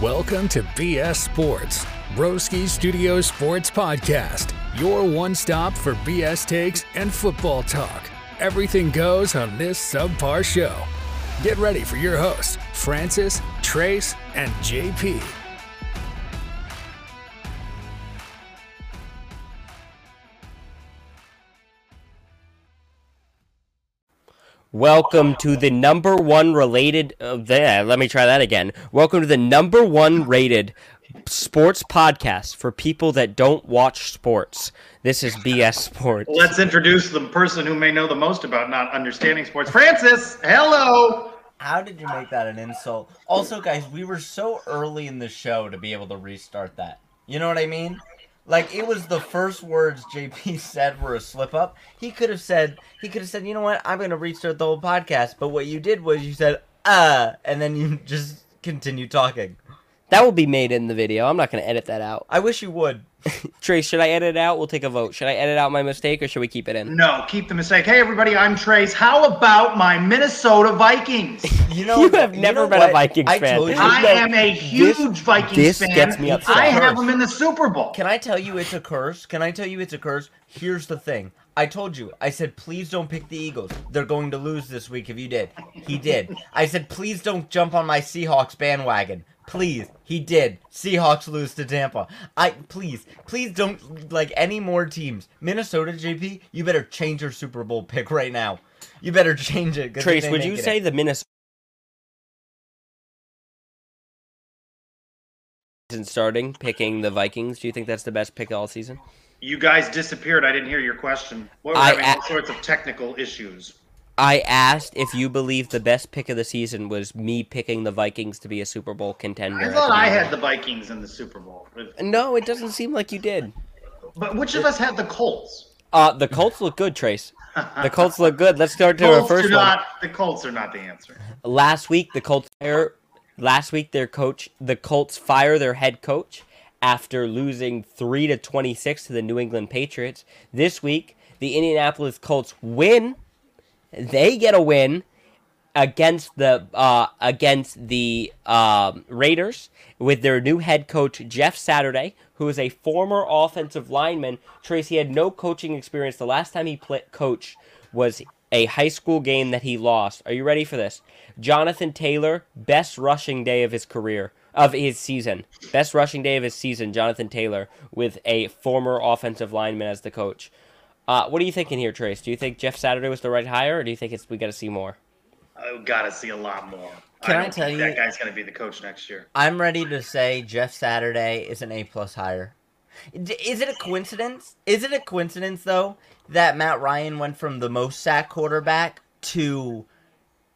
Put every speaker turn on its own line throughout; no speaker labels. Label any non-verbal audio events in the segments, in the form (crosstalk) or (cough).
Welcome to BS Sports, Broski Studio Sports Podcast, your one stop for BS takes and football talk. Everything goes on this subpar show. Get ready for your hosts, Francis, Trace, and JP.
Welcome to the number one related. Uh, there, let me try that again. Welcome to the number one rated sports podcast for people that don't watch sports. This is BS Sports.
Let's introduce the person who may know the most about not understanding sports. Francis, hello.
How did you make that an insult? Also, guys, we were so early in the show to be able to restart that. You know what I mean? Like it was the first words JP (laughs) said were a slip up. He could have said he could have said, "You know what? I'm going to restart the whole podcast." But what you did was you said, "Uh," and then you (laughs) just continued talking.
That will be made in the video. I'm not going to edit that out.
I wish you would.
Trace, should I edit it out? We'll take a vote. Should I edit out my mistake or should we keep it in?
No, keep the mistake. Hey, everybody, I'm Trace. How about my
(laughs)
Minnesota Vikings?
You know
You have never
know
been
what?
a Vikings
I
fan.
Told you,
I
No,
am a huge
this-
Vikings
this
fan.
gets me upset.
I have them in the Super Bowl.
Can I tell you it's a curse? Can I tell you it's a curse? Here's the thing. I told you. I said please don't pick the Eagles. They're going to lose this week if you did. He did. I said please don't jump on my Seahawks bandwagon. Please. He did. Seahawks lose to Tampa. I please. Please don't like any more teams. Minnesota JP, you better change your Super Bowl pick right now. You better (laughs) change it. 'cause
Trace,
they
would
may
you
get
say
it.
the Minnesota season starting picking the Vikings? Do you think that's the best pick all season?
You guys disappeared. I didn't hear your question. We're
I
having all
a-
sorts of technical issues.
I asked if you believe the best pick of the season was me picking the Vikings to be a Super Bowl contender.
I
at
thought
the
I
moment.
had the Vikings in the Super Bowl.
No, it doesn't seem like you did.
But which of us had the Colts?
Uh, the Colts look good, Trace. The Colts look good. Let's
(laughs)
start to our
Colts
first
do not, the Colts are not the answer.
one. Last week, the Colts er, last week their coach, the Colts fire their head coach after losing three to twenty six to the New England Patriots. This week, the Indianapolis Colts win. They get a win against the uh, against the um, Raiders with their new head coach Jeff Saturday, who is a former offensive lineman. Tracy had no coaching experience. The last time he pla coached was a high school game that he lost. Are you ready for this? Jonathan Taylor, best rushing day of his career. Of his season, best rushing day of his season, Jonathan Taylor, with a former offensive lineman as the coach. Uh, what are you thinking here, Trace? Do you think Jeff Saturday was the right hire, or do you think it's we got to see more?
I gotta see a lot more.
Can I
don't
tell
think
you-
that guy's gonna be the coach next year?
I'm ready to say Jeff Saturday is an A plus hire. D- Is it a coincidence? Is it a coincidence though that Matt Ryan went from the most sacked quarterback to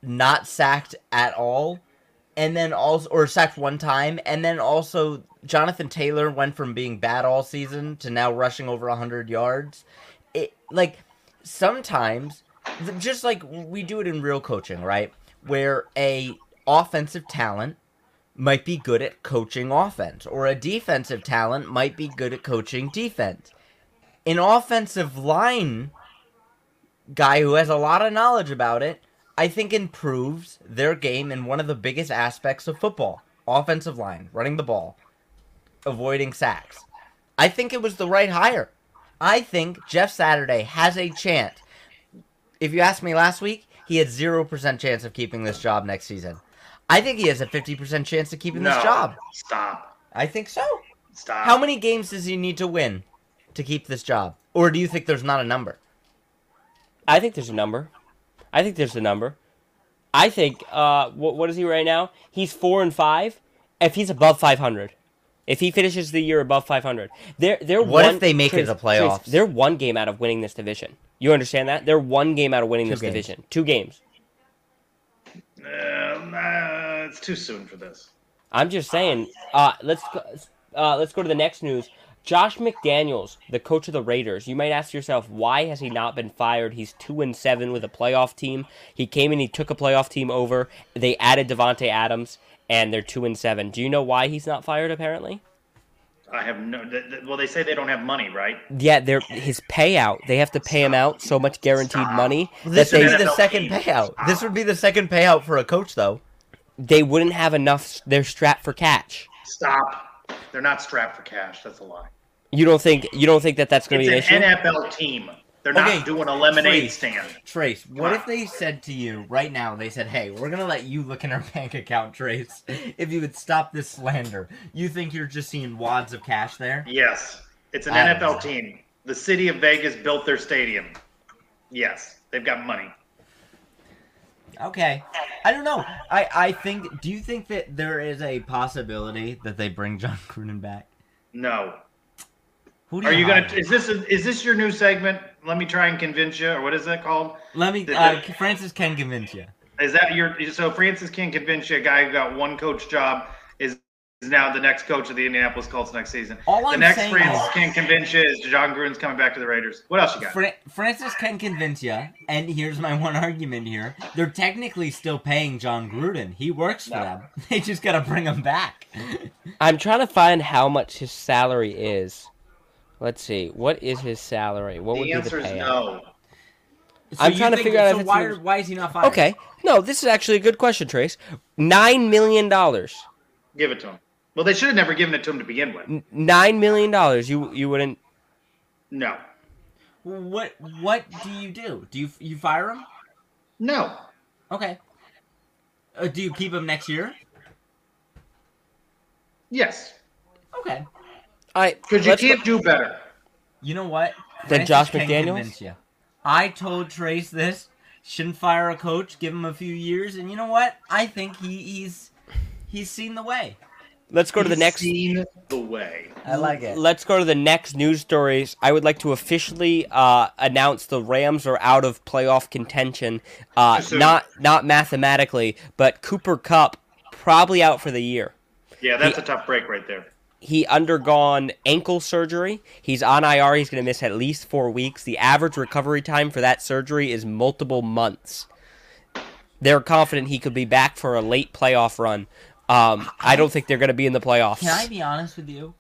not sacked at all, and then also or sacked one time, and then also Jonathan Taylor went from being bad all season to now rushing over hundred yards. It like sometimes th- just like we do it in real coaching, right? Where a offensive talent might be good at coaching offense, or a defensive talent might be good at coaching defense. An offensive line guy who has a lot of knowledge about it, I think improves their game in one of the biggest aspects of football offensive line, running the ball, avoiding sacks. I think it was the right hire. I think Jeff Saturday has a chance. If you asked me last week, he had 0% chance of keeping this job next season. I think he has a 50% chance of keeping this job.
Stop.
I think so.
Stop.
How many games does he need to win to keep this job? Or do you think there's not a number?
I think there's a number. I think there's a number. I think uh, what what is he right now? He's four and five. If he's above five hundred, if he finishes the year above five hundred, they're they're
What if
one-
they make it to the playoffs?
they're one game out of winning this division. You understand that? They're one game out of winning this
games.
division. Two games.
Um, uh, it's too soon for this.
I'm just saying. Uh, let's go, uh, let's go to the next news. Josh McDaniels, the coach of the Raiders. You might ask yourself, why has he not been fired? He's two and seven with a playoff team. He came and he took a playoff team over. They added Devonte Adams, and they're two and seven. Do you know why he's not fired? Apparently,
I have no. Th- th- well, they say they don't have money, right?
yeah, they're his payout. They have to pay him out so much guaranteed money that
This would
they
be the
NFL
second
team.
payout. This would be the second payout for a coach, though.
they wouldn't have enough. They're strapped for catch.
Stop. They're not strapped for cash. That's a lie.
You don't think you don't think that that's going to
It's
be an
an
issue?
NFL team. They're
Okay,
not doing a lemonade
please.
stand.
Trace, what if they said to you right now, they said, hey, we're going to let you look in our (laughs) bank account, Trace, if you would stop this slander? You think you're just seeing wads of cash there?
Yes, it's an
I don't know.
NFL team. The city of Vegas built their stadium. Yes, they've got money.
Okay. I don't know. I, I think, do you think that there is a possibility that they bring John Cruden back?
No.
Who do
Are you gonna?
hire?
Is this is this your new segment? Let me try and convince you, or what is that called?
Let me,
the-
uh, Francis can convince you.
Is that your? So Francis can convince you a guy who got one coach job is is now the next coach of the Indianapolis Colts next season.
All
the
I'm
next
saying
Francis
is-
can convince you is John Gruden's coming back to the Raiders. What else you got?
Fra- Francis can convince you, and here's my one argument here. They're technically still paying John Gruden. He works for
No.
them. (laughs) They just got to bring
(laughs)
him back.
I'm trying to find how much his salary is. Let's see. What is his salary? What would
the
be the
answer is
payout?
no.
So
I'm
you
trying to
think-
figure out
so
if it's
why,
even-
are- why is he not fired?
Okay. No, this is actually a good question, Trace. Nine million dollars.
Give it to him. Well, they should have never given it to him to begin with.
Nine million dollars. You you wouldn't.
No,
What what do you do? Do you you fire him?
no.
Okay. Uh, do you keep him next year?
Yes,
Okay.
I
because you
let's go-
can't do better.
You know what?
Then
Francis
Josh
can
McDaniels?
convince ya. I told Trace this. Shouldn't fire a coach. Give him a few years, and you know what? I think he, he's he's seen the way.
let's go to the
He's
next.
seen the way.
I like it.
Let's go to the next news stories. I would like to officially uh, announce the Rams are out of playoff contention. Uh,
Soon.
not not mathematically, but Cooper Cup probably out for the year.
Yeah, that's a tough break right there.
He undergone ankle surgery. He's on IR. He's going to miss at least four weeks. The average recovery time for that surgery is multiple months. They're confident he could be back for a late playoff run. Um, I don't think they're going to be in the playoffs.
Can I be honest with you?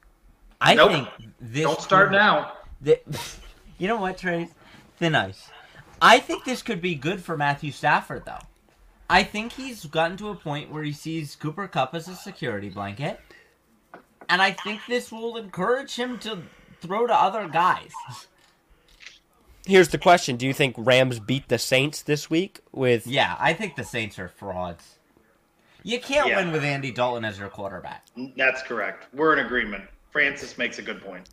I
Nope.
think this
Don't start
could-
now.
thi- (laughs) you know what, Trace? Thin ice. I think this could be good for Matthew Stafford, though. I think he's gotten to a point where he sees Cooper Cup as a security blanket, and I think this will encourage him to throw to other guys. (laughs)
Here's the question: Do you think Rams beat the Saints this week? With
Yeah, I think the Saints are frauds. You can't
Yeah.
win with Andy Dalton as your quarterback.
That's correct. We're in agreement. Francis makes a good point.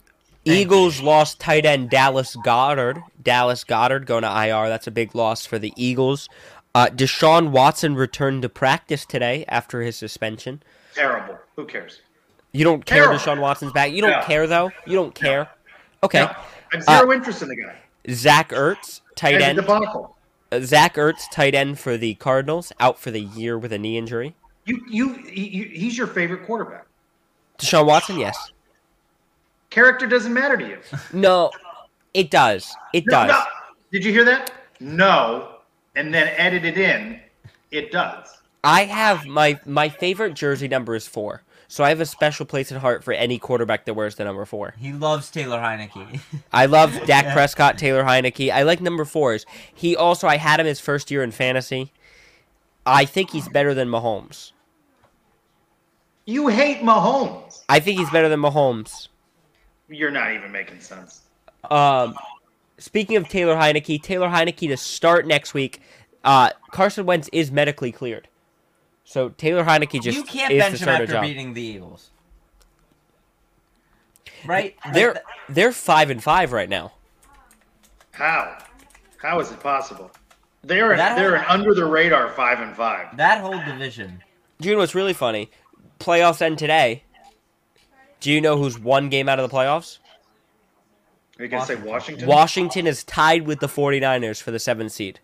Eagles lost tight end Dallas Goddard. Dallas Goddard going to IR. That's a big loss for the Eagles. Uh, Deshaun Watson returned to practice today after his suspension.
Terrible. Who cares?
You don't care
Terrible.
Deshaun Watson's back. You don't
No.
care though. You don't care. Okay.
No, I
Uh,
have zero interest in the guy.
Zach Ertz, tight
It's a
end.
debacle.
Uh, Zach Ertz, tight end for the Cardinals, out for the year with a knee injury.
You, you, he- you, he's your favorite quarterback.
Deshaun Watson, yes.
Character doesn't matter
(laughs)
to you.
No, it does. It
No,
does.
no. Did you hear that? No. And then edit it in. It does.
I have my my favorite jersey number is four, so I have a special place in heart for any quarterback that wears the number four.
He loves Taylor Heineke. (laughs)
I love
(laughs)
Dak Prescott, Taylor Heineke. I like number fours. He also I had him his first year in fantasy. I think he's better than Mahomes.
You hate Mahomes.
I think he's better than Mahomes.
You're not even making sense.
Um, speaking of Taylor Heineke, Taylor Heineke to start next week. Uh, Carson Wentz is medically cleared, so Taylor Heineke just
you can't
is
bench
the
him
starter
after
job.
beating the Eagles, right?
They're they're five and five right now.
How? How is it possible? They're
That-
they're an under the radar five and five.
That whole division.
Do you know what's really funny? Playoffs end today. Do you know who's one game out of the playoffs?
Are you gonna say
Washington.
Washington?
Washington is tied with the 49ers for the seventh seed.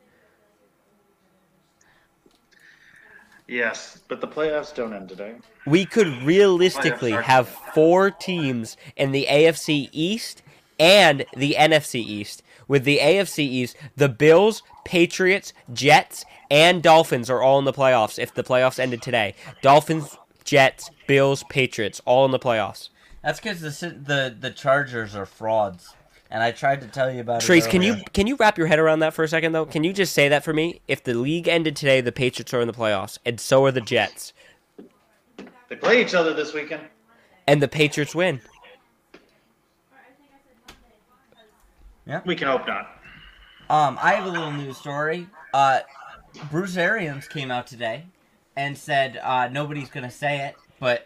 Yes, but the playoffs don't end today.
We could realistically
Playoffs are-
have four teams in the AFC East and the NFC East. With the AFC East, the Bills, Patriots, Jets, and Dolphins are all in the playoffs if the playoffs ended today. Dolphins, Jets, Bills, Patriots, all in the playoffs.
That's because the Ci- the the Chargers are frauds, and I tried to tell you about.
Trace,
it
can you
earlier.
can you wrap your head around that for a second though? Can you just say that for me? If the league ended today, the Patriots are in the playoffs, and so are the Jets.
They play each other this weekend.
and the Patriots win.
We can hope not.
Um, I have a little news story. Uh, Bruce Arians came out today and said uh, nobody's gonna say it, but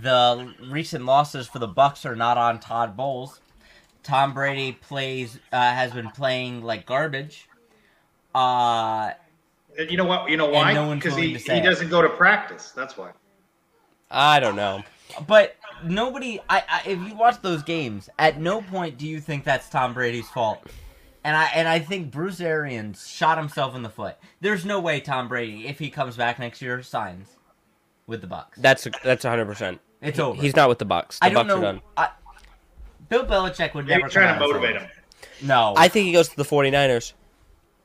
the recent losses for the Bucks are not on Todd Bowles. Tom Brady plays uh, has been playing like garbage. Uh,
And You know what? You know why?
no one's
Because
willing
he,
to say
he
it.
doesn't go to practice. That's why.
I don't know.
but nobody. I, I if you watch those games, at no point do you think that's Tom Brady's fault. And I and I think Bruce Arians shot himself in the foot. There's no way Tom Brady, if he comes back next year, signs with the Bucks.
That's that's 100. percent
It's over.
He's not with the Bucks. The
I don't
Bucks are
know.
done.
I, Bill Belichick would
Maybe
never
trying
come
to
out and say
motivate
this.
him.
No,
I think he goes to the 49ers.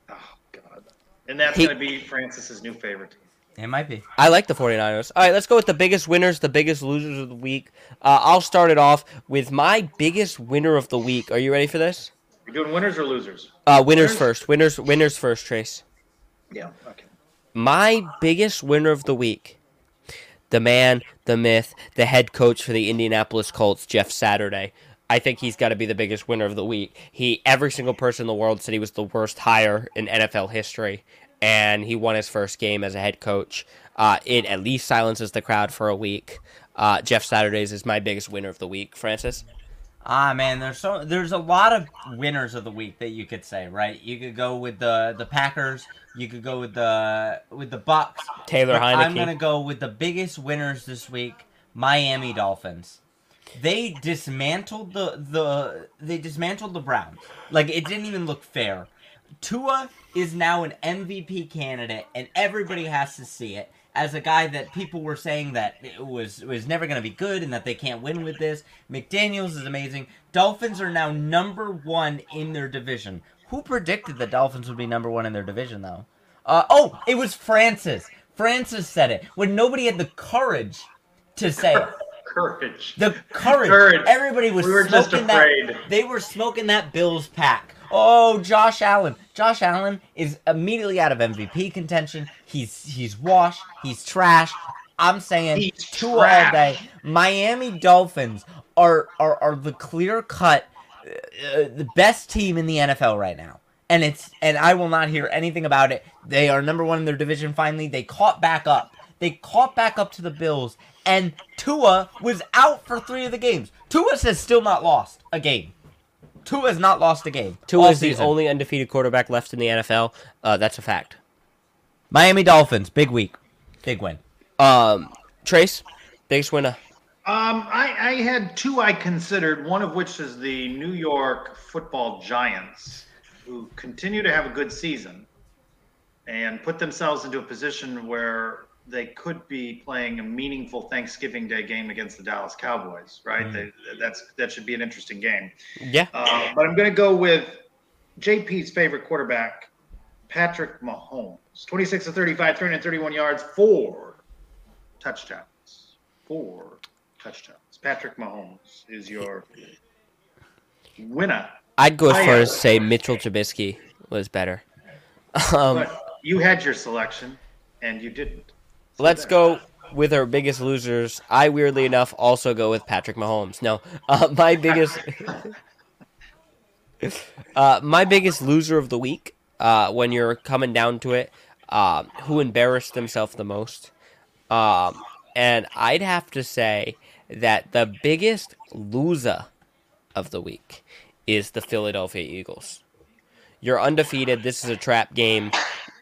Oh God. And that's
He-
going to be Francis's new favorite. team.
it might be.
I like the 49ers. All right, let's go with the biggest winners, the biggest losers of the week. Uh, I'll start it off with my biggest winner of the week. Are you ready for this?
We're doing winners or losers?
Uh, winners
Winners?
first. Winners. Winners first. Trace.
Yeah. Okay.
My biggest winner of the week. The man, the myth, the head coach for the Indianapolis Colts, Jeff Saturday. I think he's got to be the biggest winner of the week. He every single person in the world said he was the worst hire in NFL history, and he won his first game as a head coach. Uh, it at least silences the crowd for a week. Uh, Jeff Saturdays is my biggest winner of the week. Francis,
Ah man, there's so there's a lot of winners of the week that you could say, right? You could go with the the Packers, you could go with the with the Bucks.
Taylor
But I'm
Heineke.
gonna go with the biggest winners this week, Miami Dolphins. They dismantled the the they dismantled the Browns. Like it didn't even look fair. Tua is now an MVP candidate, and everybody has to see it as a guy that people were saying that it was was never going to be good and that they can't win with this. McDaniel's is amazing. Dolphins are now number one in their division. Who predicted the Dolphins would be number one in their division, though? Uh, oh, it was Francis. Francis said it when nobody had the courage to say it.
Courage.
The courage.
Courage.
Everybody was
We were just
smoking
afraid.
that. They were smoking that Bills pack. Oh, Josh Allen. Josh Allen is immediately out of MVP contention. He's he's washed. He's trash. I'm saying
He's
two all
trash.
day. Miami Dolphins are are, are the clear cut, uh, the best team in the NFL right now, and it's and I will not hear anything about it. They are number one in their division. Finally, they caught back up. They caught back up to the Bills, and Tua was out for three of the games. Tua has still not lost a game. Tua has not lost a game.
Tua
all
is the
season.
only undefeated quarterback left in the NFL. Uh, that's a fact.
Miami Dolphins. Big week, big win.
Um, Trace, biggest winner.
Um, I, I had two I considered, one of which is the New York football giants, who continue to have a good season and put themselves into a position where they could be playing a meaningful Thanksgiving Day game against the Dallas Cowboys, right?
Mm.
They, that's That should be an interesting game.
Yeah.
Uh, but I'm going to go with JP's favorite quarterback, Patrick Mahomes. 26 to 35, 331 yards, four touchdowns. Four touchdowns. Patrick Mahomes is your winner.
I'd go as
I,
far
uh,
as say Mitchell Trubisky was better. Um,
But you had your selection and you didn't. So
let's
there.
go with our biggest losers. I weirdly enough also go with Patrick Mahomes. No, uh, my biggest, (laughs) uh, my biggest loser of the week. Uh, when you're coming down to it, um, who embarrassed themselves the most? Um, and I'd have to say that the biggest loser of the week is the Philadelphia Eagles. You're undefeated. This is a trap game.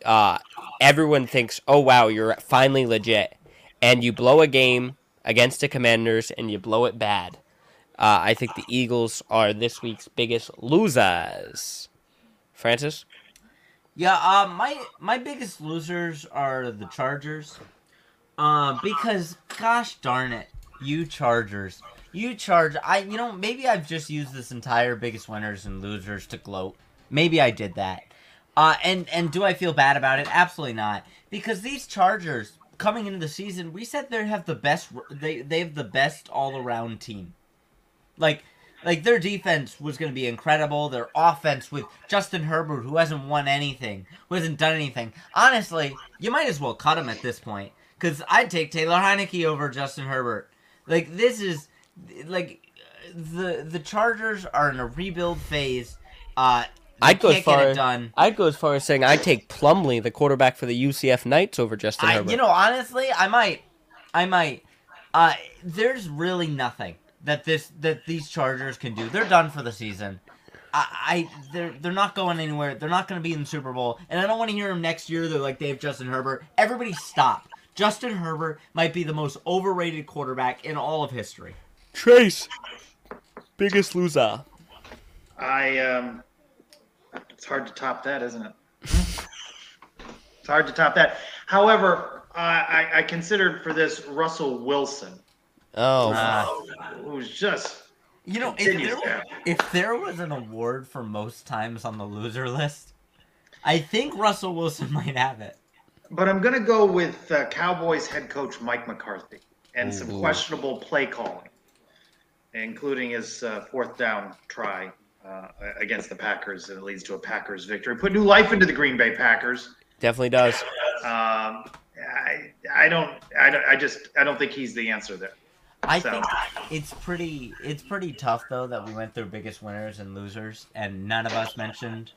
Uh, everyone thinks, oh, wow, you're finally legit. And you blow a game against the Commanders and you blow it bad. Uh, I think the Eagles are this week's biggest losers. Francis?
Yeah, uh, my my biggest losers are the Chargers, uh, because gosh darn it, you Chargers, you charge. I you know maybe I've just used this entire biggest winners and losers to gloat. Maybe I did that. Uh, and and do I feel bad about it? Absolutely not, because these Chargers coming into the season, we said they have the best. They they have the best all around team. Like like their defense was going to be incredible. Their offense with Justin Herbert, who hasn't won anything, who hasn't done anything. Honestly, you might as well cut him at this point because I'd take Taylor Heineke over Justin Herbert. Like this is like the the Chargers are in a rebuild phase. Uh, they
I'd go as
can't get
far.
it done.
I'd go as far as saying I'd take Plumlee, the quarterback for the UCF Knights, over Justin
I,
Herbert.
you know, honestly, I might, I might. Uh, there's really nothing that this that these Chargers can do. They're done for the season. I, I they're they're not going anywhere. They're not going to be in the Super Bowl, and I don't want to hear them next year. They're like they have Justin Herbert. Everybody stop. Justin Herbert might be the most overrated quarterback in all of history.
Trace, biggest loser.
I um, it's hard to top that, isn't it? it's hard to top that. However, I, I, I considered for this Russell Wilson,
Oh,
Uh,
who's just
you know, if
continues
there,
to-
if there was an award for most times on the loser list, I think Russell Wilson (laughs) might have it.
But I'm going to go with uh, Cowboys head coach Mike McCarthy and some
Mm-hmm.
Ooh.
questionable play calling, including his uh, fourth down try uh, against the Packers that leads to a Packers victory. Put new life into the Green Bay Packers.
definitely does.
Um, I, I don't, I don't, I just, I don't think he's the answer there.
I
So-
think it's pretty it's pretty tough though that we went through biggest winners and losers and none of us mentioned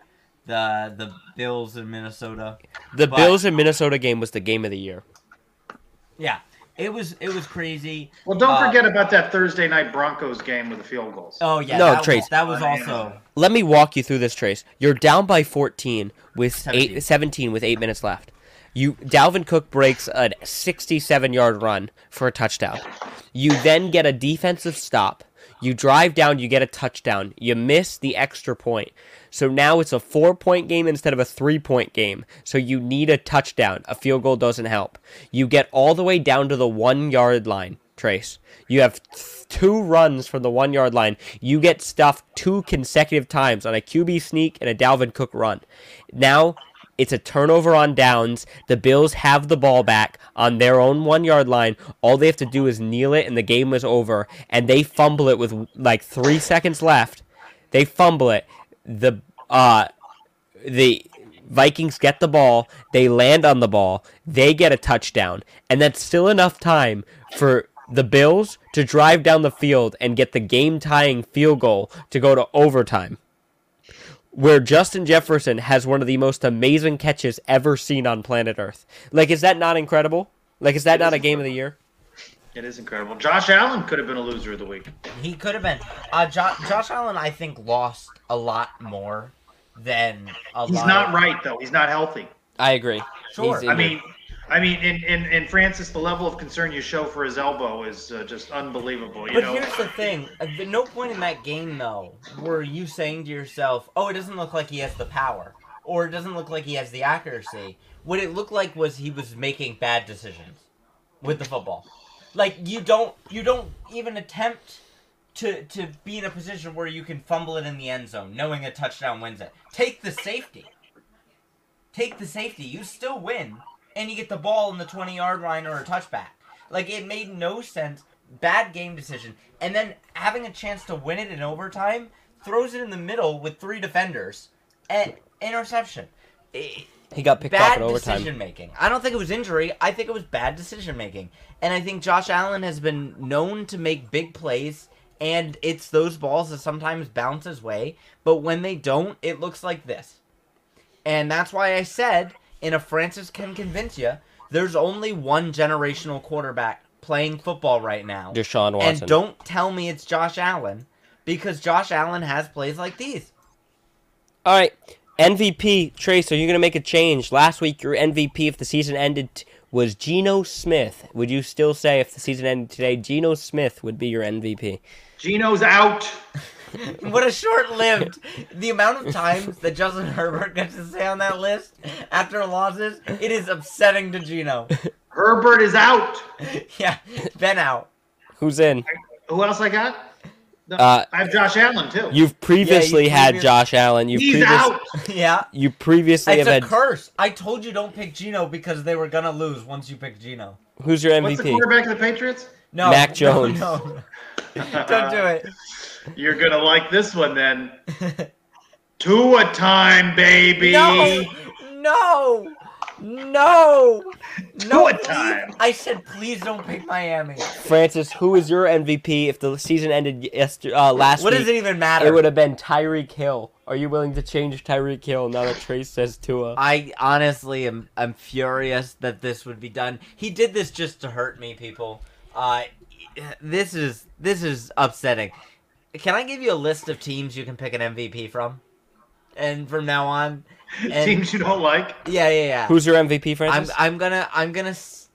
the the Bills in Minnesota.
The
But-
Bills and Minnesota game was the game of the year.
Yeah. It was it was crazy.
Well, don't
Uh,
forget about that Thursday night Broncos game with the field goals.
Oh yeah,
No,
that was-
Trace.
that was also
Let me walk you through this, Trace. You're down by 14 with
17.
eight, 17 with eight minutes left. You Dalvin Cook breaks a 67-yard run for a touchdown. You then get a defensive stop. You drive down, you get a touchdown. You miss the extra point. So now it's a four-point game instead of a three-point game. So you need a touchdown. A field goal doesn't help. You get all the way down to the one-yard line. Trace. You have th- two runs from the one yard line. You get stuffed two consecutive times on a QB sneak and a Dalvin Cook run. Now it's a turnover on downs. The Bills have the ball back on their own one yard line. All they have to do is kneel it, and the game is over. And they fumble it with like three seconds left. They fumble it. The uh, the Vikings get the ball, they land on the ball, they get a touchdown, and that's still enough time for the Bills to drive down the field and get the game tying field goal to go to overtime. Where Justin Jefferson has one of the most amazing catches ever seen on planet Earth. Like, is that not incredible? Like, is that not a game of the year?
It is incredible. Josh Allen could have been a loser of the week.
he could have been uh jo- Josh Allen I think lost a lot more than a
He's
lot
not
of-
right though. He's not healthy.
I agree.
Sure.
He's in
I
there.
mean, I mean, and, and, and Francis, the level of concern you show for his elbow is uh, just unbelievable. You
But
know,
here's the thing: at no point in that game, though, were you saying to yourself, "Oh, it doesn't look like he has the power," or "It doesn't look like he has the accuracy." What it looked like was he was making bad decisions with the football. Like you don't, you don't even attempt to to be in a position where you can fumble it in the end zone, knowing a touchdown wins it. Take the safety. Take the safety. You still win, and you get the ball in the twenty yard line or a touchback. Like it made no sense. Bad game decision, and then having a chance to win it in overtime throws it in the middle with three defenders and interception. Eh,
he got picked off
bad
in overtime.
decision making. I don't think it was injury. I think it was bad decision making. And I think Josh Allen has been known to make big plays, and it's those balls that sometimes bounce his way. But when they don't, it looks like this. And that's why I said, in a Francis can convince you, there's only one generational quarterback playing football right now.
Deshaun Watson.
And don't tell me it's Josh Allen, because Josh Allen has plays like these.
All right, MVP Trace, are you going to make a change? Last week, your MVP, if the season ended, t- was Geno Smith. Would you still say if the season ended today, Geno Smith would be your MVP?
Gino's out.
What a short-lived the amount of times that Justin Herbert gets to stay on that list after losses. It is upsetting to Gino.
(laughs)
Herbert is out.
yeah, Ben out.
Who's in?
Who else I got? No,
Uh,
I have Josh Allen too.
You've previously had
previous-
Josh Allen. You
He's
previous-
out.
Yeah,
You previously
it's a
have had.
curse. I told you don't pick Gino because they were gonna lose once you pick Gino.
Who's your
What's the
MVP?
quarterback of the Patriots?
No,
Mac
no,
Jones.
No, (laughs) don't do it.
(laughs) You're gonna like this one then. (laughs) Two a time, baby.
No, no. No, no
it
please-
time.
I said, please don't pick Miami.
Francis, who is your MVP if the season ended yesterday, uh, last
What
week?
does it even matter?
It would have been Tyreek Hill. Are you willing to change Tyreek Hill now that Trace says Tua?
I honestly am I'm furious that this would be done. He did this just to hurt me, people. Uh, this is this is upsetting. Can I give you a list of teams you can pick an MVP from? And from now on, and-
Teams you don't like.
yeah, yeah, yeah.
Who's your MVP,
I'm
Francis?
I'm gonna I'm gonna. s-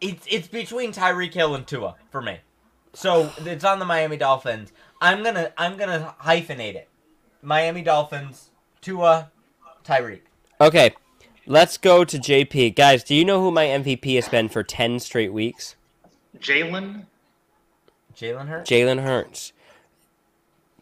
It's it's between Tyreek Hill and Tua for me, so it's on the Miami Dolphins. I'm gonna I'm gonna hyphenate it. Miami Dolphins, Tua, Tyreek.
okay, let's go to JP. Guys, do you know who my MVP has been for 10 straight weeks?
Jalen.
Jalen Hurts.
Jalen Hurts.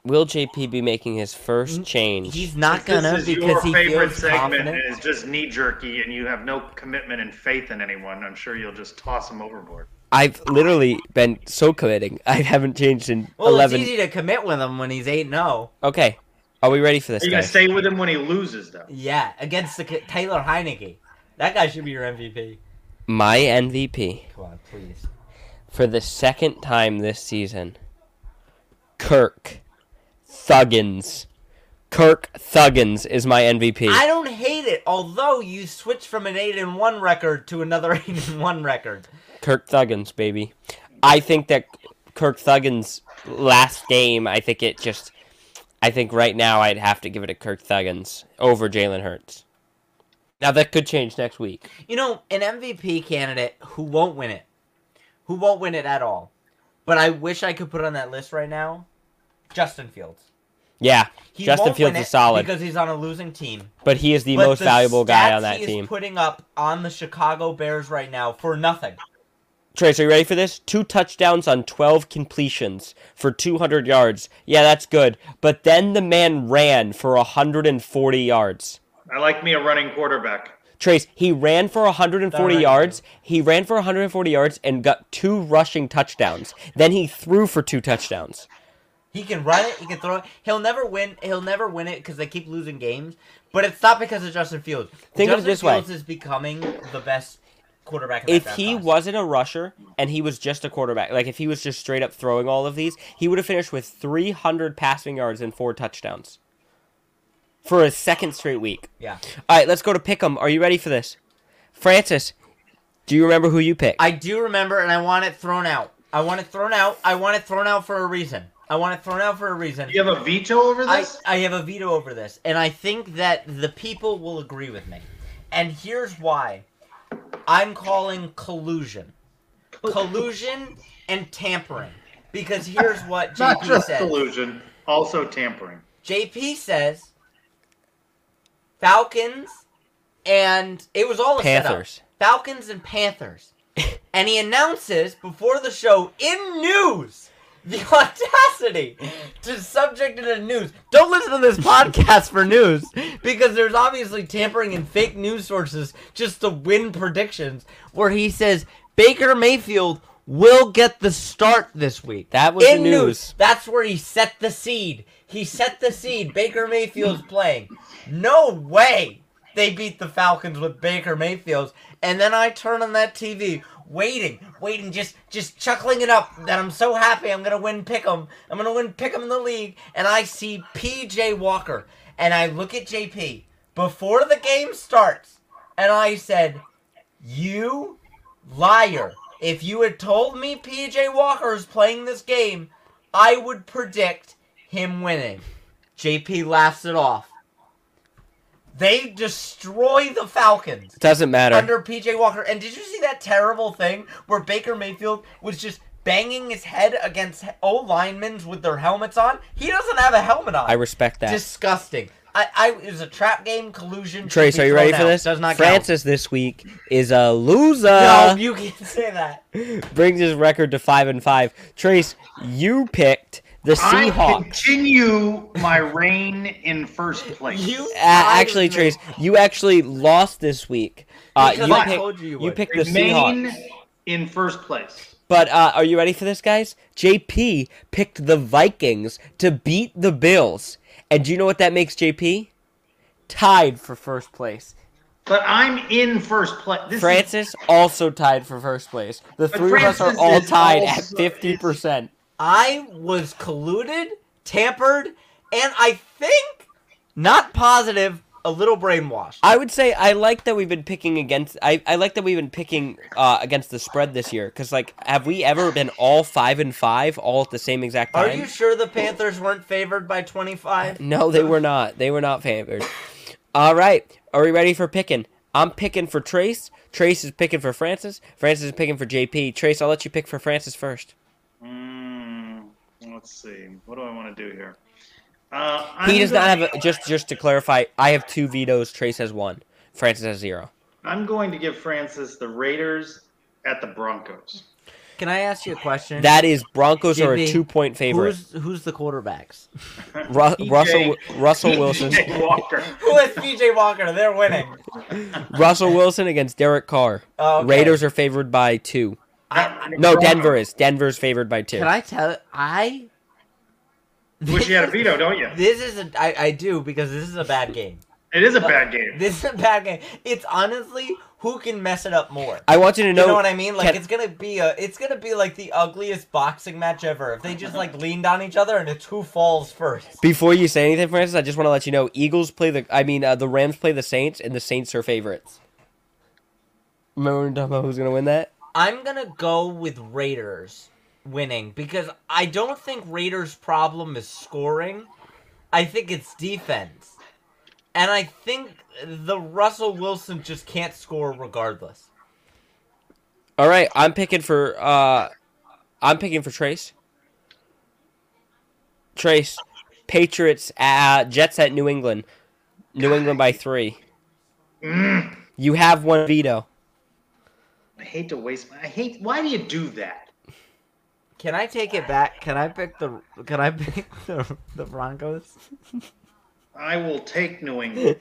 Will JP be making his first change?
Mm, He's not gonna
This is your
because he
favorite
feels
segment
confident.
and it's just knee jerky, and you have no commitment and faith in anyone. I'm sure you'll just toss them overboard.
I've literally been so committing. (laughs) I haven't changed in
Well,
11.
it's easy to commit with him when he's eight. oh. No,
Okay, are we ready for this,
Are you gonna
guys?
stay with him when he loses, though?
yeah, against the, K- Taylor Heineke. That guy should be your MVP.
my MVP
Come on, please.
for the second time this season, Kirk Thuggins. Kirk Thuggins is my MVP.
I don't hate it, although you switched from an eight and one record to another (laughs) eight and one record.
Kirk Thuggins, baby. I think that Kirk Thuggins' last game, I think it just. I think right now I'd have to give it to Kirk Thuggins over Jalen Hurts. Now that could change next week.
You know, an MVP candidate who won't win it, who won't win it at all. But I wish I could put on that list right now, Justin Fields.
Yeah,
He
Justin
won't win
Fields is
it
solid,
because he's on a losing team.
but he is the
But
most valuable guy
stats
on that
he
team.
Is putting up on the Chicago Bears right now for nothing.
Trace, are you ready for this? Two touchdowns on 12 completions for 200 yards. Yeah, that's good. But then the man ran for 140 yards.
I like me a running quarterback.
Trace, he ran for 140
Alright.
yards. He ran for 140 yards and got two rushing touchdowns. Then he threw for two touchdowns.
He can run it. He can throw it. He'll never win. He'll never win it because they keep losing games. But it's not because of Justin Fields.
Think of it
Justin
this way.
Fields is becoming the best quarterback. In that
If
draft
he
class.
wasn't a rusher and he was just a quarterback, like if he was just straight up throwing all of these, he would have finished with 300 passing yards and four touchdowns for his second straight week.
yeah,
All right, let's go to pick 'em. Are you ready for this? Francis, do you remember who you picked?
I do remember, and I want it thrown out. I want it thrown out. I want it thrown out for a reason. I want it thrown out for a reason.
You have a veto over
I,
this?
I have a veto over this, and I think that the people will agree with me. And here's why I'm calling
(laughs)
collusion. Collusion and tampering. Because here's what
Not
JP
just
says.
collusion, also tampering.
JP says Falcons and it was all a setup.
Panthers.
Falcons and Panthers.
(laughs)
and he announces before the show in news the (laughs) audacity to subject it to news. Don't listen to this podcast for news because there's obviously tampering and fake news sources just to win predictions. Where he says Baker Mayfield will get the start this week.
That was the
in
news.
That's where he set the seed. He set the seed. Baker Mayfield's playing. No way they beat the Falcons with Baker Mayfield's. And then I turn on that TV, waiting, waiting, just just chuckling it up that I'm so happy I'm gonna win Pick'em. I'm gonna win Pick'em in the league. And I see PJ Walker. And I look at JP before the game starts, and I said, You liar. If you had told me PJ Walker is playing this game, I would predict him winning. JP laughs it off. They destroy the Falcons
Doesn't matter.
under PJ Walker. And did you see that terrible thing where Baker Mayfield was just banging his head against O linemen with their helmets on? He doesn't have a helmet on.
I respect that.
Disgusting. I, I it was a trap game collusion.
Trace,
should be
are you ready
thrown
for
out.
this?
Does not
Francis uh, this week is a loser.
count. No, you can't say that.
Brings his record to five and five. Trace, you picked the
I
Seahawks.
continue my reign in first place.
You
Uh, actually, Trace, you actually lost this week. Uh,
Because
you
I
picked-
told you you would.
picked the
remain
Seahawks.
in first place.
But uh, are you ready for this, guys? JP picked the Vikings to beat the Bills. And do you know what that makes JP? Tied for first place.
But I'm in first place. This is-
Francis also tied for first place. The
But
three of us
Francis
are all
is
tied at
also-
fifty
(laughs)
percent.
I was colluded, tampered, and I think not positive, a little brainwashed.
I would say I like that we've been picking against. I, I like that we've been picking uh, against the spread this year. Cause like, have we ever been all five and five all at the same exact
Are
time?
you sure the Panthers weren't favored by 25?
No, they were not. They were not favored. All right. Are we ready for picking? I'm picking for Trace. Trace is picking for Francis. Francis is picking for JP. Trace, I'll let you pick for Francis first.
Mm, let's see. What do I want to do here? Uh,
He
I'm
does not
going-
have a, just just to clarify, I have two vetoes, Trace has one. Francis has zero.
I'm going to give Francis the Raiders at the Broncos.
Can I ask you a question?
That is Broncos are a
JP,
2-point favorite.
Who's who's the quarterbacks?
Ru-
TJ
Russell Russell
(laughs)
Wilson.
TJ (laughs) Walker.
Who is PJ Walker? They're winning.
Russell Wilson against Derek Carr.
Oh, okay.
Raiders are favored by 2.
I,
No,
Broncos.
Denver is. Denver's favored by 2.
can I tell? I
Wish you had a veto, don't you?
this is a I, I do because this is a bad game.
It is a bad game.
This is a bad game. It's honestly who can mess it up more.
I want you to know,
you know what I mean? Like
Can-
it's gonna be a, it's gonna be like the ugliest boxing match ever. If they just like leaned on each other and it's who falls first.
Before you say anything, Francis, I just want to let you know: Eagles play the. I mean, uh, the Rams play the Saints, and the Saints are favorites. Remember when we were talking about who's gonna win that?
I'm gonna go with Raiders winning because I don't think Raiders' problem is scoring. I think it's defense, and I think the Russell Wilson just can't score regardless.
All right, I'm picking for. uh I'm picking for Trace. Trace, Patriots, uh, Jets at New England, New England by three.
Mm.
You have one veto.
I hate to waste. My, I hate. Why do you do that?
Can I take it back? Can I pick the? Can I pick (laughs) the, the Broncos?
I will take New England.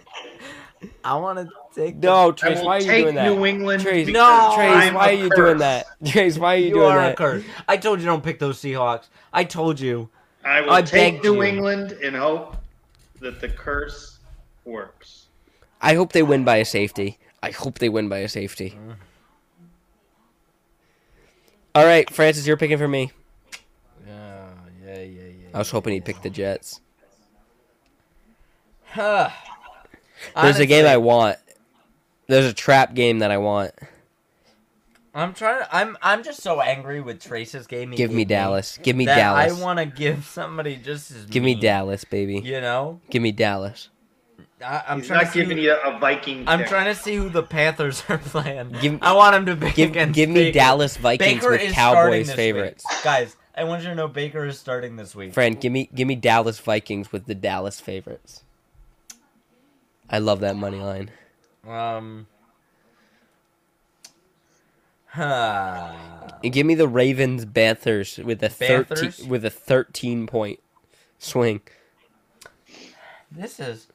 I want to take.
No,
I
Trace,
will
why are you
take
doing that?
New England.
Trace,
No,
because
Trace,
I'm
why are
a
you
curse.
doing that? Trace, why are you,
You,
doing
are
that?
a curse. I told you don't pick those Seahawks. I told you. (sighs)
I will
I
take
begged
New
you.
England and hope that the curse works.
I hope they win by a safety. I hope they win by a safety. All right, Francis, you're picking for me.
Yeah, yeah, yeah, yeah.
I was hoping he'd pick the Jets.
Huh.
There's a game I want. There's a trap game that I want.
I'm trying to. I'm. I'm just so angry with Trace's game. he
Give me
gave
Dallas. Give me
that
Dallas.
I want to give somebody just as.
Give me
mean,
Dallas, baby.
You know,
Give me Dallas.
I, I'm
He's
trying
not
to.
giving
See,
you a Viking.
I'm
pick.
trying to see who the Panthers are playing.
Give-
I want him to pick
Give
against.
give me
Baker.
Dallas Vikings
Baker
with
is starting
Cowboys
this
favorites.
week. guys. I want you to know Baker is starting this week.
Friend, give me give me Dallas Vikings with the Dallas favorites. I love that money line.
Um. (sighs) Huh.
And give me the Ravens Panthers with a
Panthers?
thirteen with a thirteen point swing.
This is.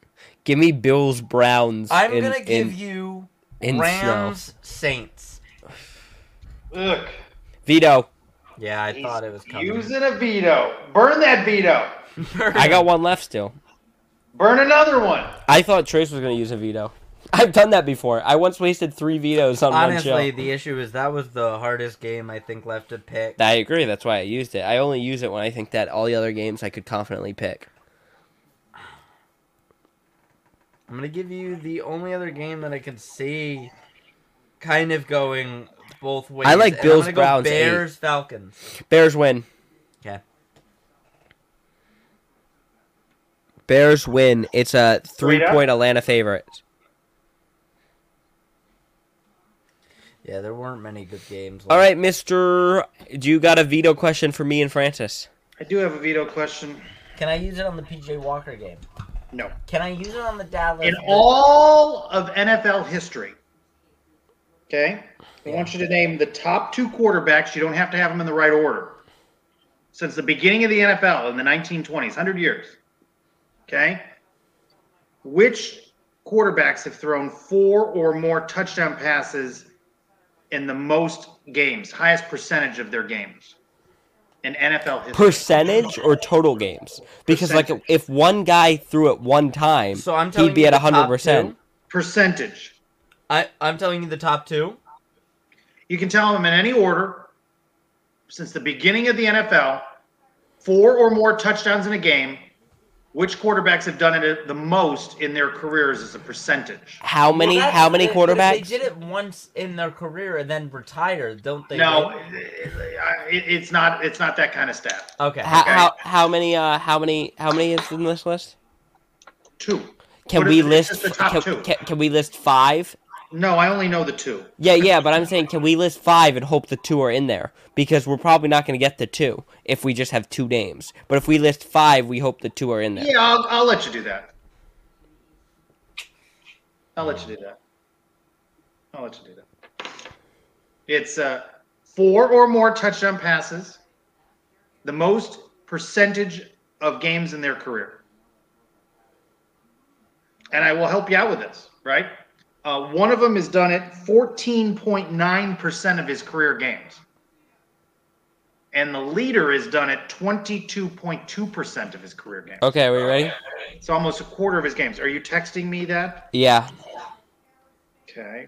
Give me Bills Browns.
I'm
in-
gonna give
in-
you
in snow.
Rams Saints.
Ugh.
veto.
Yeah, I thought it
He's
was coming. (laughs)
Using a veto. Burn that veto.
I got one left still.
Burn another one.
I thought Trace was gonna use a veto. (laughs) I've done that before. I once wasted three vetoes on
Honestly,
one show.
the issue is that was the hardest game I think left to pick.
I agree. That's why I used it. I only use it when I think that all the other games I could confidently pick.
I'm gonna give you the only other game that I can see kind of going both ways.
I like
and I'm
Bills,
gonna go
Browns, eight.
Bears, Falcons.
Bears win.
Okay.
Bears win. It's a three
Rita?
point Atlanta favorite.
Yeah, there weren't many good games.
All right, Mister. Do you got a veto question for me and Francis?
I do have a veto question.
Can I use it on the PJ Walker game?
No.
Can I use it on the Dallas?
In all of NFL history, okay, I want you to name the top two quarterbacks. You don't have to have them in the right order. Since the beginning of the NFL in the 1920s, 100 years. Okay. Which quarterbacks have thrown four or more touchdown passes in the most games, highest percentage of their games in NFL history?
Percentage or total games? Because like
Percentage.
if one guy threw it one time,
So I'm telling
he'd be
you
at
the
hundred
top
percent.
two?
percentage.
I I'm telling you the top two.
You can tell them in any order. Since the beginning of the NFL, four or more touchdowns in a game. Which quarterbacks have done it the most in their careers as a percentage?
How many?
Well, that's-
how many
but- but if
quarterbacks?
They did it once in their career and then retired, don't they?
No,
right?
it, it's not. It's not that kind of stat.
Okay.
How,
Okay.
how how many? Uh, how many? How many is in this list?
Two.
Can
What
we
if it's
list?
just the top
can,
two?
can, can we list five?
No, I only know the two.
Yeah, yeah, but I'm saying, can we list five and hope the two are in there? Because we're probably not going to get the two if we just have two names. But if we list five, we hope the two are in there.
Yeah, I'll, I'll let you do that. I'll let you do that. I'll let you do that. It's uh, four or more touchdown passes, the most percentage of games in their career. And I will help you out with this, right? Uh, one of them has done it 14.9% of his career games. And the leader has done it 22.2% of his career games.
Okay, are we ready?
It's almost a quarter of his games. Are you texting me that?
Yeah.
Okay.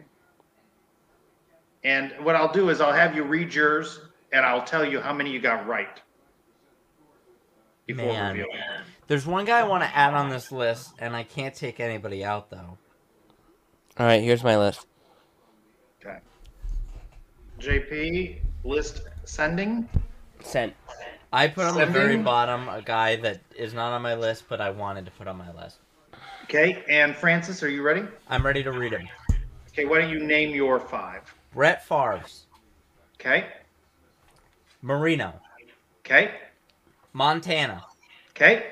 And what I'll do is I'll have you read yours and I'll tell you how many you got right. Before
Man.
revealing. them.
There's one guy I want to add on this list, and I can't take anybody out though.
All right, here's my list.
Okay. JP list sending.
Sent.
I put on the very
Seven.
bottom a guy that is not on my list, but I wanted to put on my list.
Okay. And Francis, are you ready?
I'm ready to read him.
Okay. Why don't you name your five?
Brett Favre's,
Okay.
Marino,
Okay.
Montana,
Okay.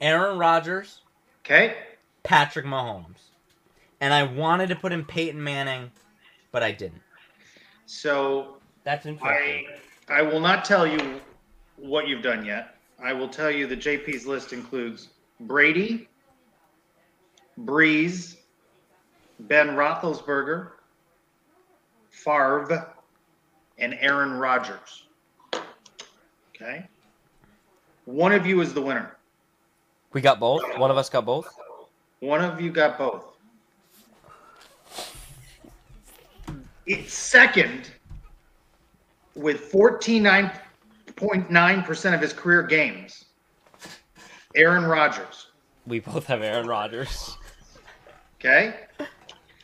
Aaron Rodgers,
Okay.
Patrick Mahomes, and I wanted to put in Peyton Manning, but I didn't.
So
That's
I I will not tell you what you've done yet. I will tell you that JP's list includes Brady, Breeze, Ben Roethlisberger, Favre, and Aaron Rodgers. Okay. One of you is the winner.
We got both. One of us got both.
One of you got both. It's second with 14.9% of his career games. Aaron Rodgers.
We both have Aaron Rodgers.
Okay?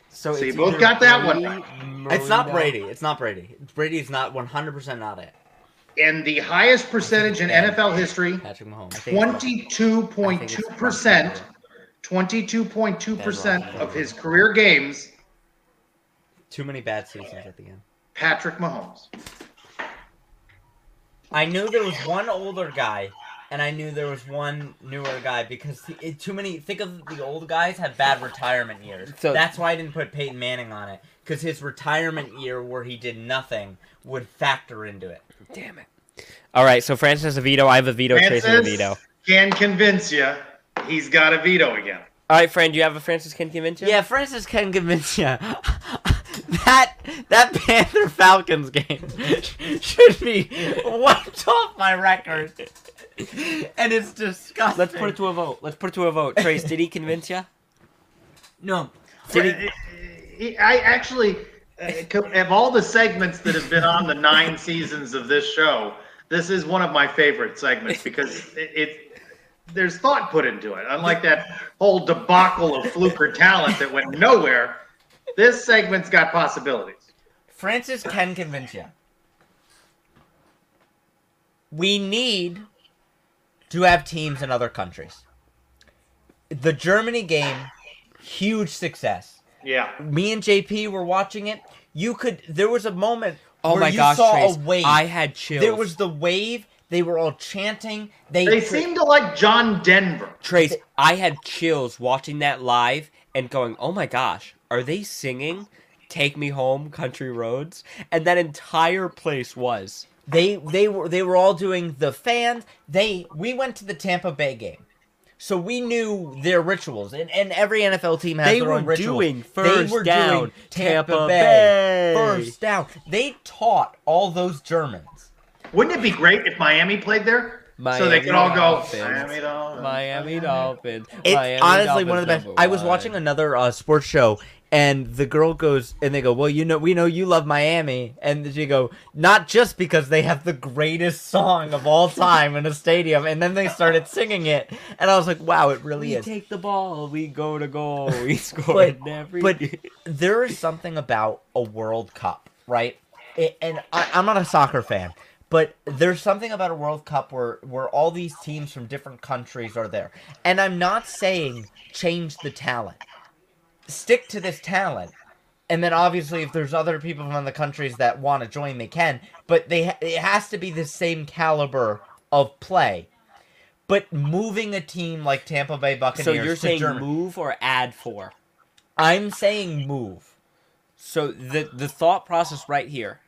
So,
So you
it's
both
either
got that one.
It's not Brady. It's not Brady. Brady's not 100% not it.
And the highest percentage in
Yeah.
NFL history
Patrick Mahomes. I think it's-
22.2%. 22.2% of his career games,
Too many bad seasons at the end.
Patrick Mahomes.
I knew there was one older guy, and I knew there was one newer guy because the- it, too many. Think of the old guys have bad retirement years.
So-
that's why I didn't put Peyton Manning on it because his retirement year where he did nothing would factor into it.
Damn it. All right, so Francis has a veto. I have a veto. Chasing a
Francis
veto.
can convince you he's got a veto again.
All right, friend, do you have a Francis can convince you?
Yeah, Francis can convince you. (laughs) That that Panther Falcons game (laughs) should be wiped off my record, (laughs) and it's disgusting.
Let's put it to a vote. Let's put it to a vote. Trace, did he convince you?
no.
Did he?
I I actually, uh, co- of all the segments that have been on the nine (laughs) seasons of this show, this is one of my favorite segments because it, it there's thought put into it. Unlike that whole debacle of fluker talent that went nowhere, this segment's got possibilities.
Francis can convince you. We need to have teams in other countries. The Germany game, huge success.
Yeah.
Me and JP were watching it. You could. There was a moment.
Oh
where
my
you
gosh,
saw
Trace.
a wave.
I had chills.
There was the wave. They were all chanting. They,
They seem to like John Denver.
Trace, I had chills watching that live and going, "Oh my gosh, are they singing Take Me Home Country Roads?" And that entire place was.
They they were they were all doing the fans. They we went to the Tampa Bay game. So we knew their rituals, and, and every NFL team has
They
their own
were
rituals.
doing first down, Tampa Bay.
first down. They taught all those Germans.
Wouldn't it be great if Miami played there?
Miami
so they could all go
Dolphins.
Miami Dolphins.
Miami Dolphins.
It's
Miami
honestly
Dolphins
one of the best.
number
I was
one.
watching another uh, sports show, and the girl goes, and they go, "Well, you know, we know you love Miami," and she go, "Not just because they have the greatest song of all time in a stadium," and then they started singing it, and I was like, "Wow, it really
We
is."
take the ball. We go to goal. (laughs)
(laughs)
We score
But
in every.
but there is something about a World Cup, right? A- And I, I'm not a soccer fan, but there's something about a World Cup where where all these teams from different countries are there. And I'm not saying change the talent, stick to this talent. And then obviously, if there's other people from other countries that want to join, they can. But they ha- it has to be the same caliber of play. But moving a team like Tampa Bay Buccaneers
so you're
to
saying
Germany,
move or add four?
I'm saying move.
So the the thought process right here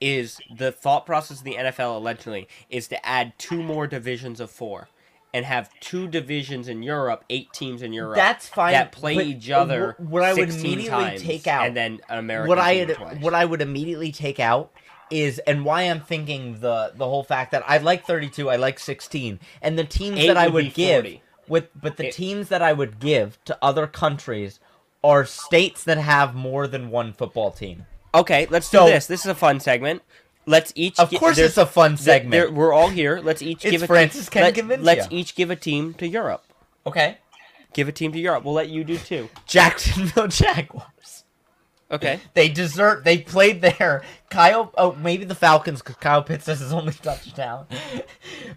is the thought process in the NFL allegedly is to add two more divisions of four and have two divisions in Europe, eight teams in Europe.
That's fine,
That play
but
each other.
wh- what I would
16
immediately
times,
take out-
and then an American
what I
team
had,
twice.
what I would immediately take out is, and why I'm thinking the the whole fact that I like 32, I like 16, and the teams
Eight
that I
would be
would give
40.
with, but the
It-
teams that I would give to other countries are states that have more than one football team.
Okay, let's
So-
do this. This is a fun segment. Let's each.
Of
gi-
course,
there's-
it's a fun
there-
segment.
there- we're all here. Let's each
It's
give a
Francis
team,
can convince
Let's
ya.
each give a team to Europe.
okay,
Give a team to Europe. We'll let you do two.
Jacksonville (laughs) Jaguars.
Okay.
They desert. They played there. Kyle. Oh, maybe the Falcons. 'cause Kyle Pitts has his only (laughs) touchdown.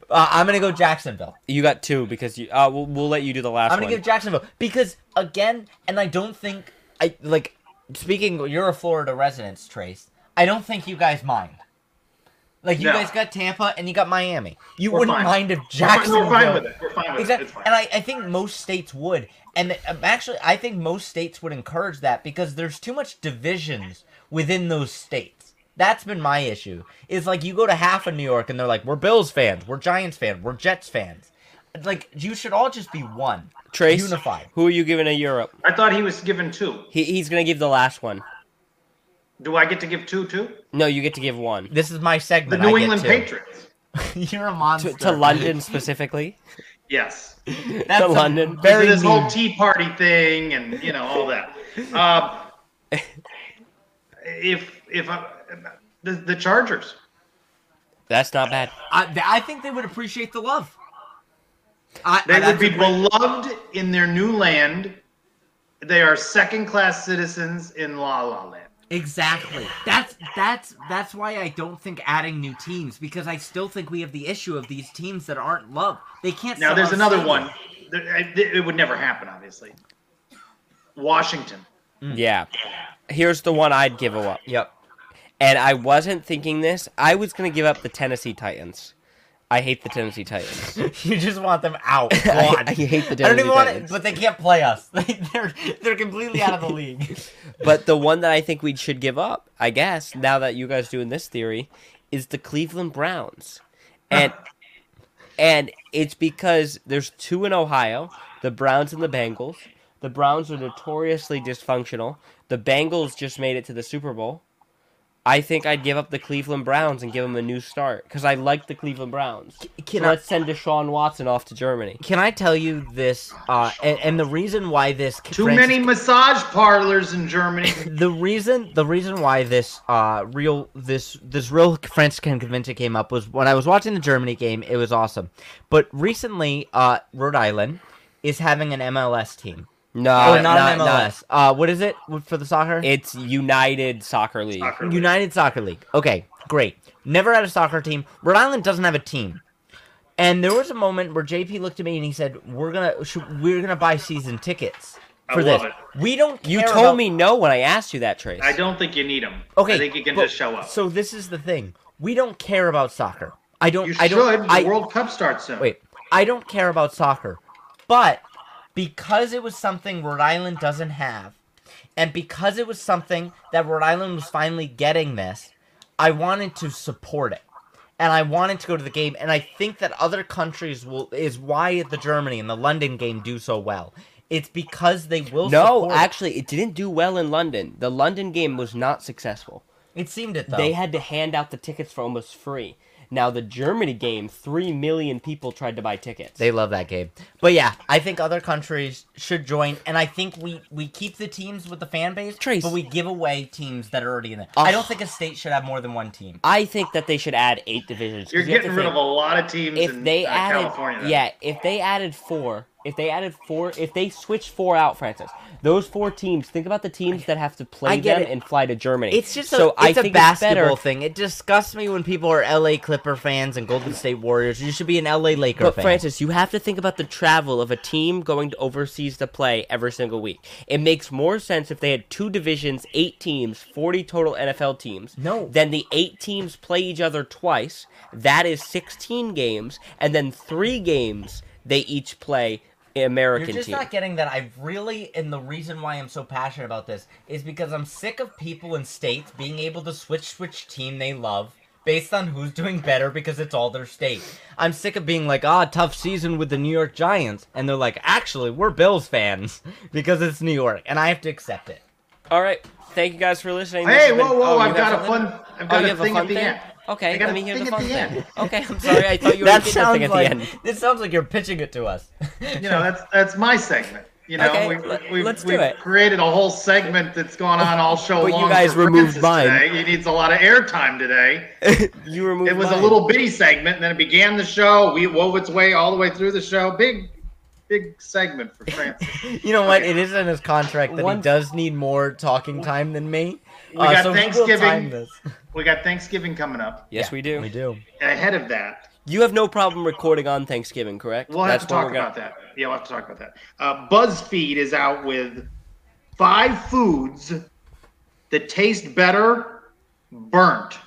uh, I'm gonna go Jacksonville.
(laughs) You got two because you. Uh, we'll, we'll let you do the last
I'm
one.
gonna give Jacksonville because again, and I don't think I like speaking. You're a Florida resident, Trace. I don't think you guys mind. Like you
No.
guys got Tampa and you got Miami. You
We're
wouldn't
fine.
mind if
We're fine-
Jacksonville.
We're fine with it. We're fine with it.
Exactly,
It's fine.
and I, I think most states would, and th- um, actually, I think most states would encourage that because there's too much divisions within those states. That's been my issue. Is like you go to half of New York and they're like, "We're Bills fans, we're Giants fans, we're Jets fans." Like you should all just be one,
Trace,
unified.
who are you giving to Europe?
I thought he was given two.
He, he's going to give the last one.
Do I get to give two too?
No, you get to give one.
This is my
The
segment. I
New
get
England
to.
Patriots.
(laughs) You're a
To,
monster.
to London specifically.
Yes.
That's
to
a
London.
Very
to this
mean.
whole Tea Party thing, and you know all that. Um,
(laughs)
if if I, the, the Chargers,
That's not bad.
I, th- I think they would appreciate the love. I,
they
that's
would be
a great-
beloved in their new land. They are second class citizens in La La Land.
exactly. That's that's that's why I don't think adding new teams because I still think we have the issue of these teams that aren't loved. They can't.
Now
sell
there's
out
another
stadiums.
one. There- I- It would never happen, obviously. Washington.
Yeah. Here's the one I'd give up.
Yep.
And I wasn't thinking this. I was going to give up the Tennessee Titans. I hate the Tennessee Titans.
(laughs) You just want them out. (laughs)
I,
Gone.
(laughs) I hate the
I don't
Tennessee
even want it,
Titans.
but they can't play us. (laughs) They, they're they're completely out of (laughs) the league.
But the one that I think we should give up, I guess, now that you guys doing this theory, is the Cleveland Browns.
(laughs)
And and it's because there's two in Ohio, the Browns and the Bengals. The Browns are notoriously dysfunctional. The Bengals just made it to the Super Bowl. I think I'd give up the Cleveland Browns and give them a new start because I like the Cleveland Browns.
can
so
I-
let's send Deshaun Watson off to Germany.
Can I tell you this? Uh, and, and the reason why this
Too many massage parlors in Germany.
the reason the reason why this uh real this this real French Can convention came up was when I was watching the Germany game, it was awesome. But recently, uh Rhode Island is having an MLS team.
No,
oh, not, an MLS. Uh what is it for the soccer?
It's United Soccer League.
Soccer league.
United Soccer League. Okay, great. Never had a soccer team. Rhode Island doesn't have a team. And there was a moment where JP looked at me and he said, "We're gonna should, we're gonna buy season tickets
I
for
love
this.
it.
We don't.
You
care
told
about-
me no when I asked you that, Trace.
I don't think you need them.
Okay,
I think you can
but-
just show up.
So this is the thing: we don't care about soccer. I don't.
you
I
should.
don't.
The
I
World Cup starts soon.
wait. I don't care about soccer, but because it was something Rhode Island doesn't have, and because it was something that Rhode Island was finally getting this, I wanted to support it, and I wanted to go to the game, and I think that other countries will is why the Germany and the London game do so well. It's because they will.
No,
support it.
actually, it didn't do well in London. The London game was not successful.
it seemed it though.
They had to hand out the tickets for almost free. Now the Germany game, three million people tried to buy tickets.
They love that game. But yeah, I think other countries should join, and I think we, we keep the teams with the fan base,
Trace.
but we give away teams that are already in it.
Oh.
I don't think a state should have more than one team.
I think that they should add eight divisions. 'cause
You're
you have
getting
to
rid
think-
of a lot of teams
if
in
they
uh,
added,
California. then.
yeah, if they added four, if they added four, if they switched four out, Francis, those four teams. Think about the teams that have to
I
play
get
them
it.
and fly to Germany.
It's just
so
a,
I
it's a
think
basketball
it's better,
thing. It disgusts me when people are LA Clipper fans and Golden State Warriors. You should be an LA Laker
But
fan.
Francis, you have to think about the travel of a team going to overseas to play every single week. It makes more sense if they had two divisions, eight teams, forty total NFL teams.
No.
Then the eight teams play each other twice. That is sixteen games, and then three games they each play an American
You're just
team.
not getting that. I really, and the reason why I'm so passionate about this is because I'm sick of people in states being able to switch which team they love based on who's doing better because it's all their state. I'm sick of being like, ah, tough season with the New York Giants, and they're like, actually, we're Bills fans (laughs) because it's New York, and I have to accept it.
All right. Thank you guys for listening. This
Hey,
has been-
whoa, whoa!
oh, you
I've
have
got a
something?
fun. I've got
oh, you
a
have
thing
a
at
fun
the
thing?
end. I
Okay,
got
let
a
me hear the
thing at
fun
the
thing.
end.
Okay, I'm sorry. I thought you were
that
getting a
sounds
thing at
like
the end.
this sounds like you're pitching it to us. (laughs)
You know, that's that's my segment. You know,
Okay,
we,
let-
we've,
let's do
we've
it.
created a whole segment that's gone on all show
But you
long.
guys
for
removed
Francis
mine.
Today. He needs a lot of airtime today.
You removed.
It was a
mine.
little bitty segment, and then it began the show. We wove its way all the way through the show. Big, big segment for Francis.
(laughs)
You know what? It is in his contract that
One-
he does need more talking time than me. Uh, We
got Thanksgiving.
this.
we got Thanksgiving coming up.
Yes, we do.
We do.
Ahead of that,
You have no problem recording on Thanksgiving, correct?
We'll have to
when
talk
we're gonna-
about that. Yeah, we'll have to talk about that. Uh, BuzzFeed is out with five foods that taste better burnt.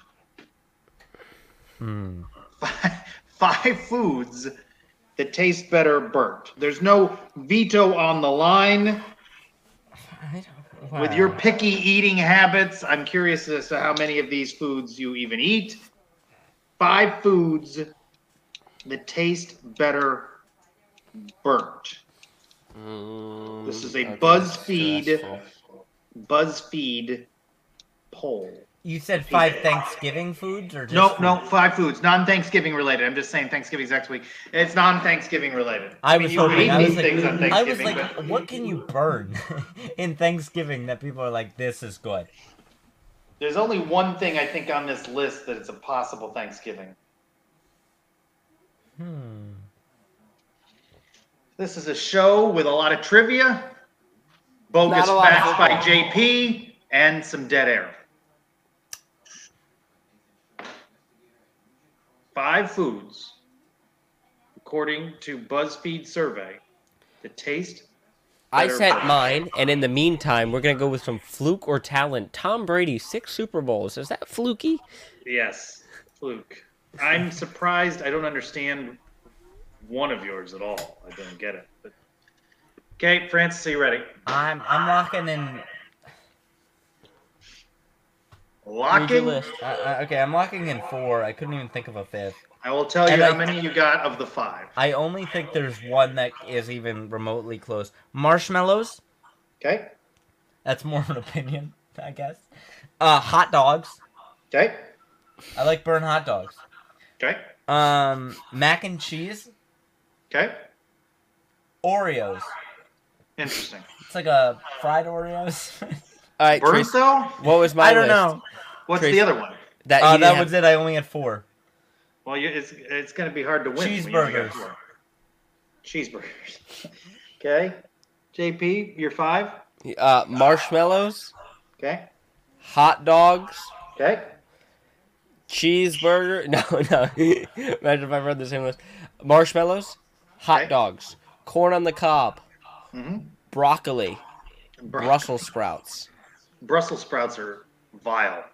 Hmm.
Five, (laughs) five foods that taste better burnt. There's no veto on the line
I don't,
with your picky eating habits. I'm curious as to how many of these foods you even eat. Five foods that taste better burnt.
Mm,
This is a BuzzFeed BuzzFeed poll.
You said five Thanksgiving foods or just
No,
food?
no, five foods, non-Thanksgiving related. I'm just saying Thanksgiving's next week. It's non-Thanksgiving related.
I was
you would
hoping.
eat
I was
these things on
like, I was
Thanksgiving,
like,
but-
what can you burn (laughs) in Thanksgiving that people are like, this is good?
There's only one thing I think on this list that it's a possible Thanksgiving. Hmm. This is a show with a lot of trivia, bogus
Not a lot of
facts by
football.
JP, and some dead air. Five foods, according to BuzzFeed survey, the taste.
I
better
sent
burnt.
mine, and in the meantime, we're gonna go with some fluke or talent. Tom Brady, six Super Bowls. Is that fluky?
Yes, fluke. I'm surprised. I don't understand one of yours at all. I don't get it. But... Okay, Francis, are you ready?
I'm I'm locking in.
Read your
Locking.
list.
Uh, uh, okay, I'm locking in four. I couldn't even think of a fifth.
I will tell you
And
how
I-
many you got of the five.
I only think there's one that is even remotely close. Marshmallows.
Okay.
That's more of an opinion, (laughs) I guess. Uh, hot dogs.
Okay.
I like burn hot dogs.
Okay.
Um, mac and cheese.
Okay.
Oreos.
(laughs)
Interesting.
It's like a fried Oreos. (laughs)
All right,
Burnt
Trace,
though?
what was my
I don't
list?
know.
What's
Trace-
the other one?
That,
Uh,
you
that
didn't
was it. I only had four.
Well, you, it's it's going to be hard to win. when you only got
Cheeseburgers.
four. Cheeseburgers. (laughs) okay. JP, you're five.
have- uh, marshmallows,
Okay.
hot dogs,
Okay.
cheeseburger. (laughs) No, no. Imagine if I read the same list. Marshmallows, hot
Okay. Mm-hmm.
dogs, corn on the cob, broccoli,
Bru-
Brussels sprouts.
Brussels sprouts are vile.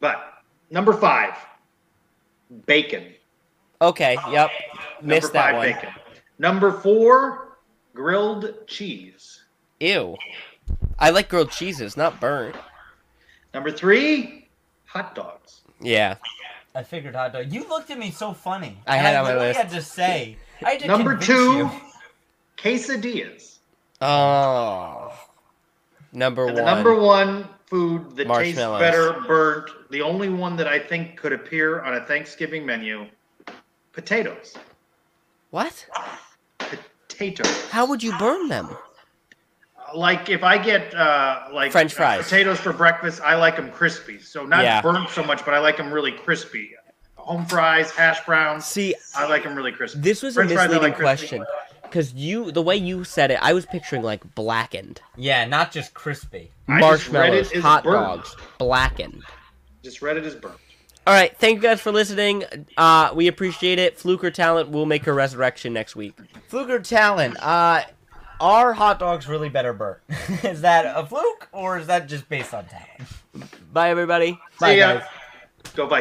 But number five, bacon.
Okay, yep, missed
number
that
five,
one.
bacon. Number four, grilled cheese.
Ew. I like grilled cheeses, not burnt.
Number three, hot dogs.
Yeah.
I figured hot dog. You looked at me so funny.
I
And
had it on my
literally
list.
had to say. (laughs) I had to
Number
convince
two,
you.
quesadillas.
Oh. Number
And
one.
the number one food that tastes
Marshmallows.
better burnt. The only one that I think could appear on a Thanksgiving menu, potatoes.
What?
Potatoes.
How would you burn them?
Like if I get uh, like
French fries.
potatoes for breakfast, I like them crispy. So not
Yeah.
burnt so much, but I like them really crispy. Home fries, hash browns.
See,
I like them really crispy.
this was a
French fries, I
misleading
like crispy.
question because you, the way you said it, I was picturing like blackened
Yeah, not just crispy.
I just read it
marshmallows,
as
hot
burnt.
dogs, blackened.
Just read it as burnt.
All right, thank you guys for listening. Uh, we appreciate it. Fluker talent will make her resurrection next week.
Fluker Talon, uh, are hot dogs really better burnt? (laughs) is that a fluke or is that just based on talent?
Bye, everybody.
Bye,
See ya.
guys.
Go Vikings.